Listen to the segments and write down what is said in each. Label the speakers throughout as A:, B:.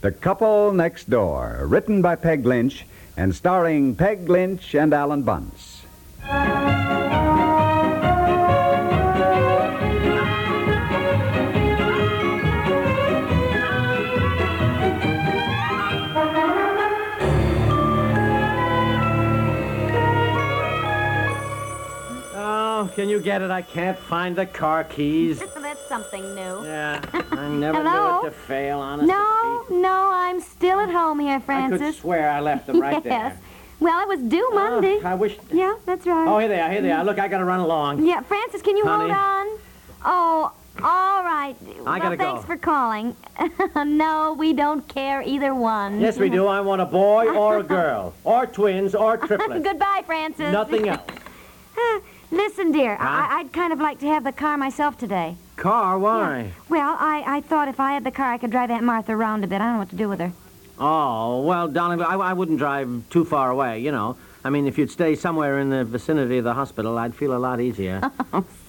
A: The Couple Next Door, written by Peg Lynch and starring Peg Lynch and Alan Bunce.
B: Oh, can you get it? I can't find the car keys.
C: That's something new.
B: Yeah, I never
C: Hello?
B: knew it to fail, honestly.
C: No, no, I'm still at home here,
B: I could
C: Francis.
B: swear I left them right
C: yes.
B: there.
C: Well, it was due Monday.
B: Oh, I wish.
C: Yeah, that's right.
B: Oh, here they are, here they are. Look, I gotta run along.
C: Yeah, Francis, can you
B: Honey?
C: hold on? Oh, all right. well,
B: gotta go.
C: thanks for calling. no, we don't care either one.
B: Yes, we do. I want a boy or a girl, or twins or triplets.
C: Goodbye, Francis.
B: Nothing else.
C: Listen, dear,
B: Huh?
C: I- I'd kind of like to have the car myself today.
B: Car, why?
C: Well, I-, I thought if I had the car, I could drive Aunt Martha around a bit. I don't know what to do with her.
B: Oh, well, darling, I, I wouldn't drive too far away, you know. I mean, if you'd stay somewhere in the vicinity of the hospital, I'd feel a lot easier.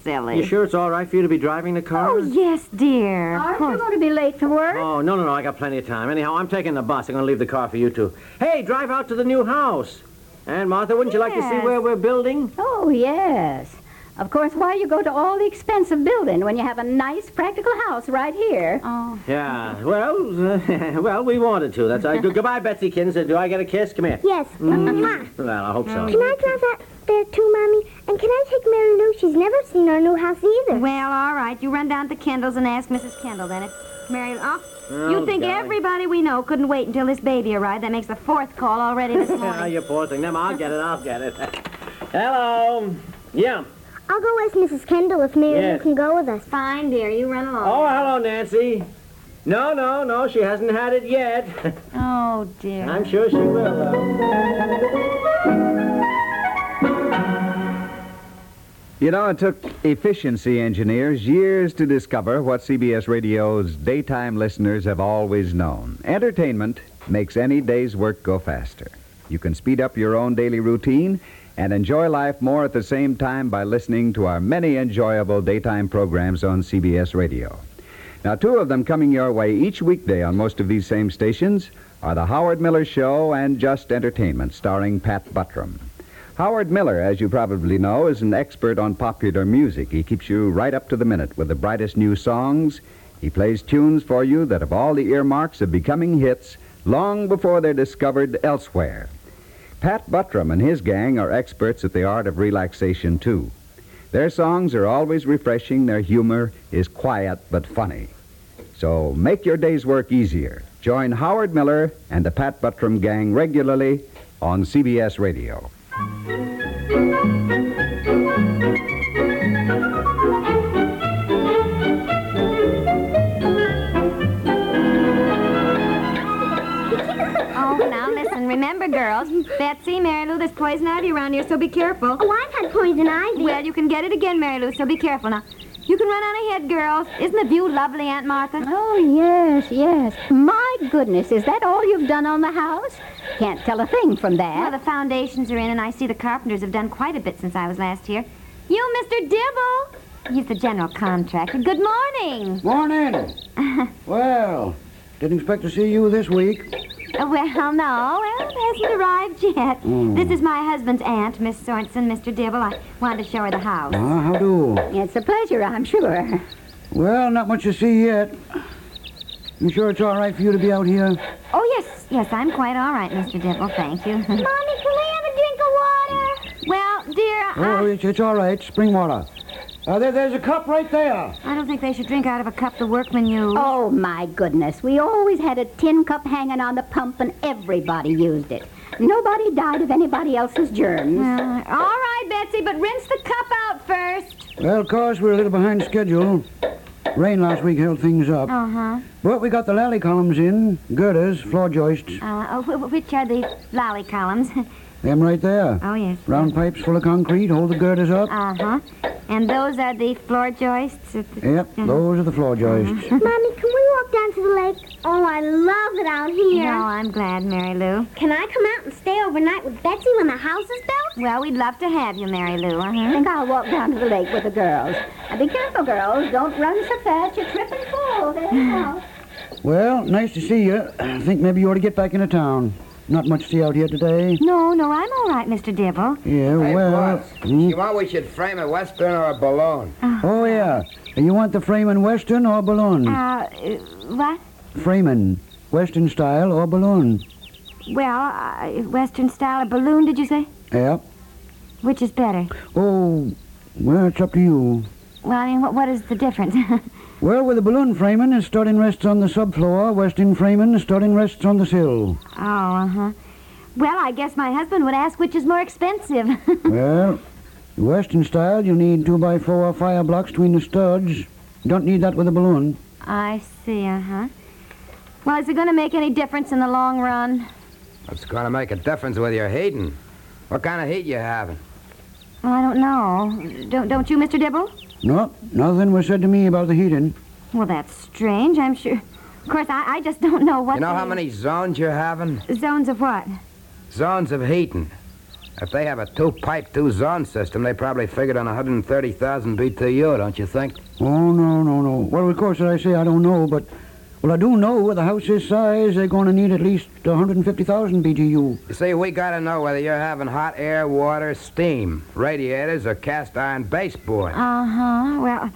C: Silly.
B: you sure it's all right for you to be driving the car?
C: Oh, yes, dear.
D: Aren't you going to be late for work?
B: Oh, no, no, no. I got plenty of time. Anyhow, I'm taking the bus. I'm going to leave the car for you two. Hey, drive out to the new house. And Martha, wouldn't you like to see
C: Yes.
B: where we're building?
D: Oh, yes. Of course, why you go to all the expense of building when you have a nice, practical house right here?
C: Oh,
B: Yeah. Well, uh, well, we wanted to. That's all. Good- Goodbye, Betsy Kins. Uh, Do I get a kiss? Come here.
E: Yes.
D: Mm-hmm.
E: Mwah.
B: Well, I hope
E: Can
B: so.
E: I drive out there too, Mommy? And can I take Mary Lou? She's never seen our new house either.
C: well, all right. You run down to Kendall's and ask Mrs. Kendall then if Mary. Oh,
B: Oh,
C: you think
B: golly.
C: everybody we know couldn't wait until this baby arrived? That makes the fourth call already this
B: Ah,
C: morning.
B: you're poor thing. Never. I'll get it. I'll get it. Hello. Yeah.
E: I'll go ask Mrs. Kendall if Mary
B: Yes.
E: Lou can go with us.
C: Fine, dear. You run along.
B: Oh, hello, Nancy. No, no, no. She hasn't had it yet.
C: Oh, dear.
B: I'm sure she will. Though.
A: You know, it took efficiency engineers years to discover what CBS Radio's daytime listeners have always known. Entertainment makes any day's work go faster. You can speed up your own daily routine and enjoy life more at the same time by listening to our many enjoyable daytime programs on CBS Radio. Now, two of them coming your way each weekday on most of these same stations are The Howard Miller Show and Just Entertainment, starring Pat Buttram. Howard Miller, as you probably know, is an expert on popular music. He keeps you right up to the minute with the brightest new songs. He plays tunes for you that have all the earmarks of becoming hits long before they're discovered elsewhere. Pat Buttram and his gang are experts at the art of relaxation, too. Their songs are always refreshing, their humor is quiet but funny. So make your day's work easier. Join Howard Miller and the Pat Buttram gang regularly on CBS Radio.
C: Oh, now listen. Remember, girls, Betsy, Mary Lou, there's poison ivy around here, so be careful.
E: Oh, I've had poison ivy.
C: Well, you can get it again, Mary Lou, so be careful now. You can run on ahead, girls. Isn't the view lovely, Aunt Martha?
D: Oh, yes, yes. My goodness, is that all you've done on the house? Can't tell a thing from
C: Well,
D: that.
C: the foundations are in, and I see the carpenters have done quite a bit since I was last here. You, Mr. Dibble! He's the general contractor. Good morning.
F: Morning. well, didn't expect to see you this week.
C: Uh, Well, no, well, it hasn't arrived yet. This is my husband's aunt, Miss Sorensen, Mr. Dibble. I wanted to show her the house.
F: Ah, how do?
D: It's a pleasure, I'm sure.
F: Well, not much to see yet. You sure it's all right for you to be out here?
C: Oh, yes, yes, I'm quite all right, Mr. Dibble, thank you. Mommy, can we have a drink of water? Well, dear, I...
F: Oh, it's, it's all right. Spring water. Uh, there, there's a cup right there.
C: I don't think they should drink out of a cup the workmen use.
D: Oh, my goodness. We always had a tin cup hanging on the pump, and everybody used it. Nobody died of anybody else's germs.
C: Uh, all right, Betsy, but rinse the cup out first.
F: Well, of course, we're a little behind schedule. Rain last week held things up.
C: Uh-huh.
F: But we got the lally columns in, girders, floor joists.
C: Uh, oh, wh- wh- which are the lolly columns?
F: Them right there.
C: oh, yes.
F: Round pipes full of concrete, hold the girders up.
C: Uh-huh. And those are the floor joists? with the-
F: Yep, those are the floor joists.
C: Uh-huh.
E: Mommy, can we walk down to the lake? Oh, I love it out here.
C: No, I'm glad, Mary Lou.
E: Can I come out and stay overnight with Betsy when the house is built?
C: Well, we'd love to have you, Mary Lou,
D: I
C: uh-huh.
D: think I'll walk down to the lake with the girls. Now, be careful, girls. Don't run so fast. You're tripping full.
E: Oh, there you go.
F: Well, nice to see you. I think maybe you ought to get back into town. Not much to see out here today.
C: No, no, I'm all right, Mr. Dibble.
F: Yeah,
G: Hey,
F: well.
G: boss,
F: Hmm?
G: you want we should frame a Western or a balloon?
F: Oh, yeah. You want the Freeman Western or
C: Uh,
F: balloon?
C: uh, what?
F: Freeman. Western style or balloon?
C: Well, uh, Western style of balloon, did you say?
F: Yep.
C: Which is better?
F: Oh, well, it's up to you.
C: Well, I mean, what, what is the difference?
F: Well, with the balloon framing, the starting rests on the subfloor. Western framing, the starting rests on the sill.
C: oh, uh huh. Well, I guess my husband would ask which is more expensive.
F: well, the Western style, you need two by four fire blocks between the studs. Don't need that with a balloon.
C: I see, uh huh. Well, is it going to make any difference in the long run?
G: It's going to make a difference with your heating. What kind of heat you having?
C: Well, I don't know. Don't, don't you, Mr. Dibble?
F: No, nothing was said to me about the heating.
C: Well, that's strange, I'm sure. Of course, I, I just don't know what.
G: You know
C: the-
G: how many zones you're having?
C: Zones of what?
G: Zones of heating. If they have a two-pipe, two-zone system, they probably figured on 130,000 BTU, don't you think?
F: Oh, no, no, no. Well, of course, I say I don't know, but... Well, I do know with a house this size, they're going to need at least 150,000 BTU.
G: You see, we got to know whether you're having hot air, water, steam, radiators, or cast iron baseboard.
C: Uh huh. Well,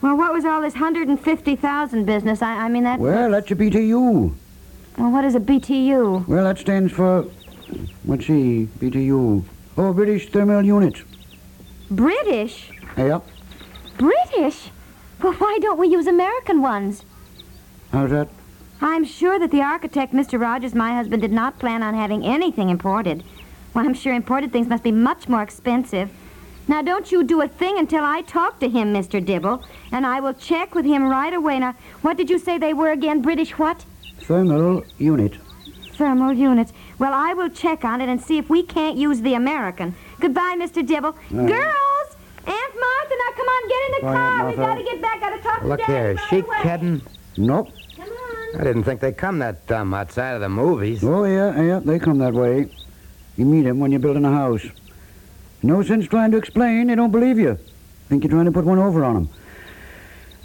C: well, what was all this hundred and fifty thousand business? I, I mean that.
F: Well, that's a BTU.
C: Well, what is a BTU?
F: Well, that stands for... Let's see, BTU. Oh, British Thermal Units.
C: British.
F: Yep.
C: British. Well, why don't we use American ones?
F: How's that?
C: I'm sure that the architect, Mr. Rogers, my husband, did not plan on having anything imported. Well, I'm sure imported things must be much more expensive. Now, don't you do a thing until I talk to him, Mr. Dibble, and I will check with him right away. Now, what did you say they were again? British what?
F: Thermal unit.
C: Thermal units. Well, I will check on it and see if we can't use the American. Goodbye, Mr. Dibble. Girls! Aunt Martha, now come on, get in the
F: Bye,
C: car.
F: Aunt
C: We've got
F: Martha.
C: to get back. Got to talk
G: Look
C: to Dad
G: here, is
C: right
G: she
C: away.
G: kidding?
F: Nope.
C: Come on.
G: I didn't think they come that dumb outside of the movies.
F: Oh, yeah, yeah, they come that way. You meet 'em when you're building a house. No sense trying to explain. They don't believe you. Think you're trying to put one over on 'em.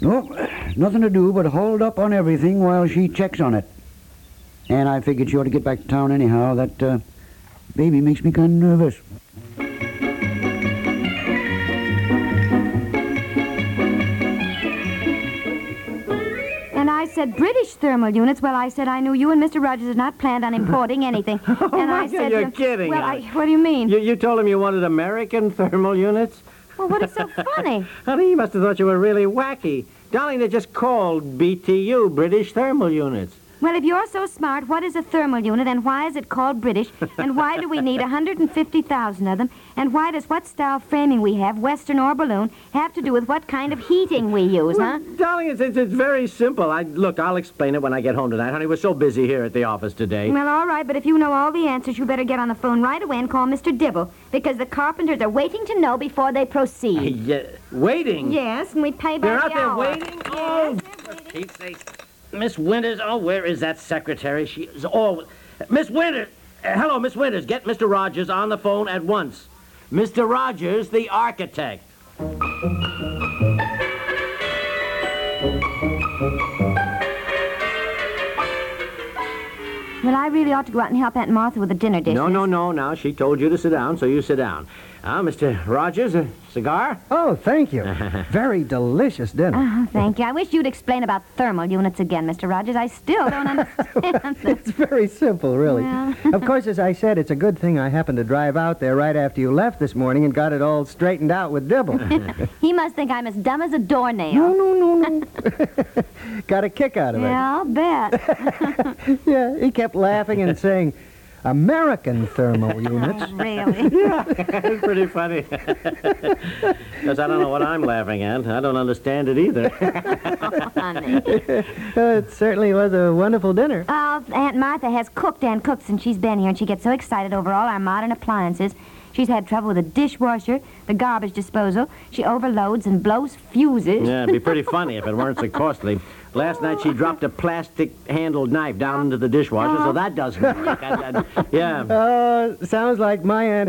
F: Nope, nothing to do but hold up on everything while she checks on it. And I figured she ought to get back to town anyhow. That uh, baby makes me kind of nervous.
C: And I said British thermal units. Well, I said I knew you and Mr. Rogers had not planned on importing anything. and
B: Oh, my
C: I
B: God,
C: said, to
B: you're
C: him,
B: kidding,
C: Well, I,
B: Alex.
C: what do you mean?
B: You, you told him you wanted American thermal units?
C: Well, what is so funny?
B: Honey, he must have thought you were really wacky. Darling, they just called BTU, British Thermal Units.
C: Well, if you're so smart, what is a thermal unit and why is it called British? And why do we need 150,000 of them? And why does what style framing we have, Western or balloon, have to do with what kind of heating we use, huh?
B: Darling, it's, it's, it's very simple. I Look, I'll explain it when I get home tonight. Honey, we're so busy here at the office today.
C: Well, all right, but if you know all the answers, you better get on the phone right away and call Mr. Dibble, because the carpenters are waiting to know before they proceed.
B: Yeah, waiting.
C: Yes, and we pay by
B: They're
C: the
B: out there
C: hour.
B: waiting? Oh, for Pete's sake. Miss Winters, oh, where is that secretary? She is all. Miss Winters! Uh, hello, Miss Winters. Get Mr. Rogers on the phone at once. Mr. Rogers, the architect.
C: Well, I really ought to go out and help Aunt Martha with the dinner dishes.
B: No, no, no, now. She told you to sit down, so you sit down. Ah, Mr. Rogers, a cigar?
H: Oh, thank you. Very delicious dinner.
C: Oh, thank you. I wish you'd explain about thermal units again, Mr. Rogers. I still don't understand them.
H: It's very simple, really. of course, as I said, it's a good thing I happened to drive out there right after you left this morning and got it all straightened out with Dibble.
C: He must think I'm as dumb as a
H: no,
C: doornail.
H: no, no, no. got a kick out of
C: Yeah, I'll bet.
H: it. Yeah, he kept laughing and saying, American thermal units.
C: really.
B: That's pretty funny. Because I don't know what I'm laughing at. I don't understand it either.
C: Funny.
H: Uh, it certainly was a wonderful dinner.
C: Oh, Aunt Martha has cooked and cooked since she's been here, and she gets so excited over all our modern appliances. She's had trouble with the dishwasher, the garbage disposal. She overloads and blows fuses.
B: Yeah, it'd be pretty funny if it weren't so costly. Last night she dropped a plastic-handled knife down into the dishwasher, so that doesn't work. I- I- yeah.
H: Uh, sounds like my Aunt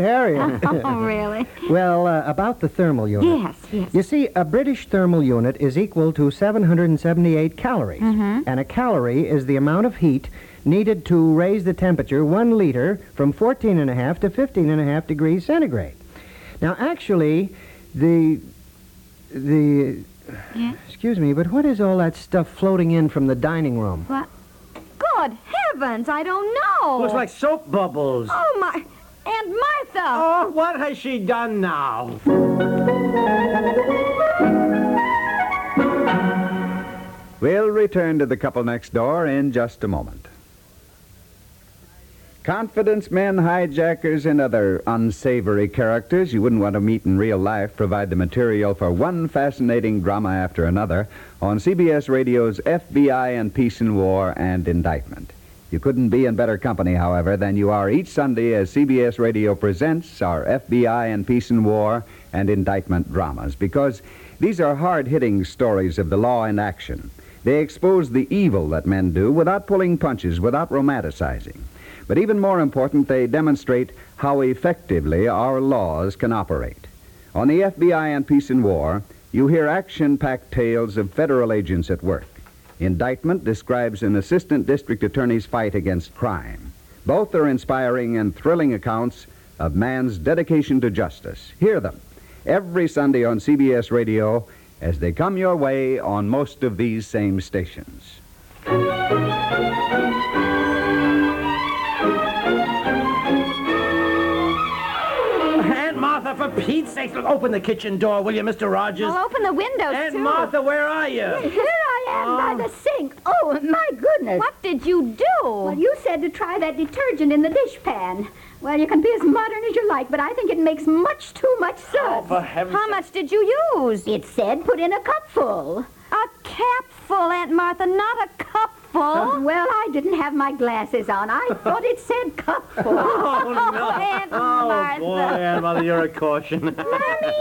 H: Harriet.
C: Oh, really?
H: well, uh, about the thermal unit.
C: Yes, yes.
H: You see, a British thermal unit is equal to 778 calories. And a calorie is the amount of heat needed to raise the temperature one liter from 14.5 to 15.5 degrees centigrade. Now, actually, the. the. Excuse me, but what is all that stuff floating in from the dining room?
C: Good heavens, I don't know.
B: Looks like soap bubbles.
C: Oh, my. Aunt Martha!
B: Oh, what has she done now?
A: We'll return to the couple next door in just a moment. Confidence men, hijackers, and other unsavory characters you wouldn't want to meet in real life provide the material for one fascinating drama after another on CBS Radio's FBI and Peace and War and Indictment. You couldn't be in better company, however, than you are each Sunday as CBS Radio presents our FBI and Peace and War and Indictment dramas, because these are hard hitting stories of the law in action. They expose the evil that men do without pulling punches, without romanticizing. But even more important, they demonstrate how effectively our laws can operate. On the FBI and Peace and War, you hear action packed tales of federal agents at work. Indictment describes an assistant district attorney's fight against crime. Both are inspiring and thrilling accounts of man's dedication to justice. Hear them every Sunday on CBS Radio as they come your way on most of these same stations.
B: Aunt Martha, for Pete's sake, look, open the kitchen door, will you, Mr. Rogers?
C: Well, open the windows,
B: Aunt
C: too.
B: Martha, where are you?
D: Here I am by the sink. Oh, my goodness.
C: What did you do?
D: Well, you said to try that detergent in the dishpan. Well, you can be as modern as you like, but I think it makes much too much suds.
C: How much did you use?
D: It said put in a cupful.
C: A capful, Aunt Martha, not a cupful.
D: Well, I didn't have my glasses on. I thought it said cupful.
B: Oh, no.
C: Aunt
B: Oh,
C: Martha.
B: boy, Aunt Martha, you're a caution.
E: Mommy, Mommy!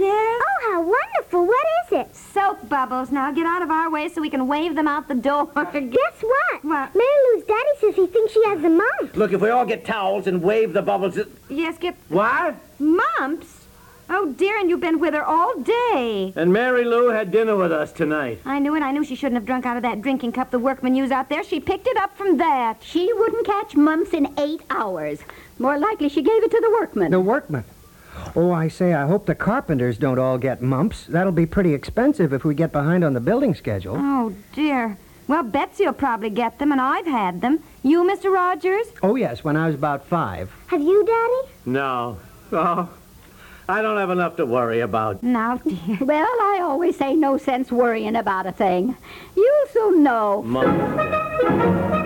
E: Yes? Oh, how wonderful. What is it?
C: Soap bubbles. Now get out of our way so we can wave them out the door.
E: Guess what?
C: What?
E: Mary Lou's daddy says he thinks she has the mumps.
B: Look, if we all get towels and wave the bubbles. it-
C: yes, get
B: What?
C: mumps. Oh dear, and you've been with her all day.
B: And Mary Lou had dinner with us tonight.
C: I knew it. I knew she shouldn't have drunk out of that drinking cup the workmen use out there. She picked it up from that.
D: she wouldn't catch mumps in eight hours. More likely, she gave it to the workmen.
H: The workman. Oh, I say, I hope the carpenters don't all get mumps. That'll be pretty expensive if we get behind on the building schedule.
C: Oh dear. Well, Betsy'll probably get them, and I've had them. You, Mr. Rogers?
H: Oh, yes, when I was about five.
E: Have you, Daddy?
B: No. Oh, I don't have enough to worry about.
C: Now, dear.
D: Well, I always say no sense worrying about a thing. You'll soon know.
B: Mom.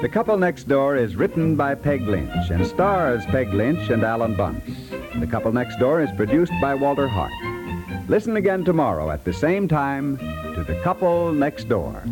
A: The Couple Next Door is written by Peg Lynch and stars Peg Lynch and Alan Bunce. The Couple Next Door is produced by Walter Hart. Listen again tomorrow at the same time to The Couple Next Door.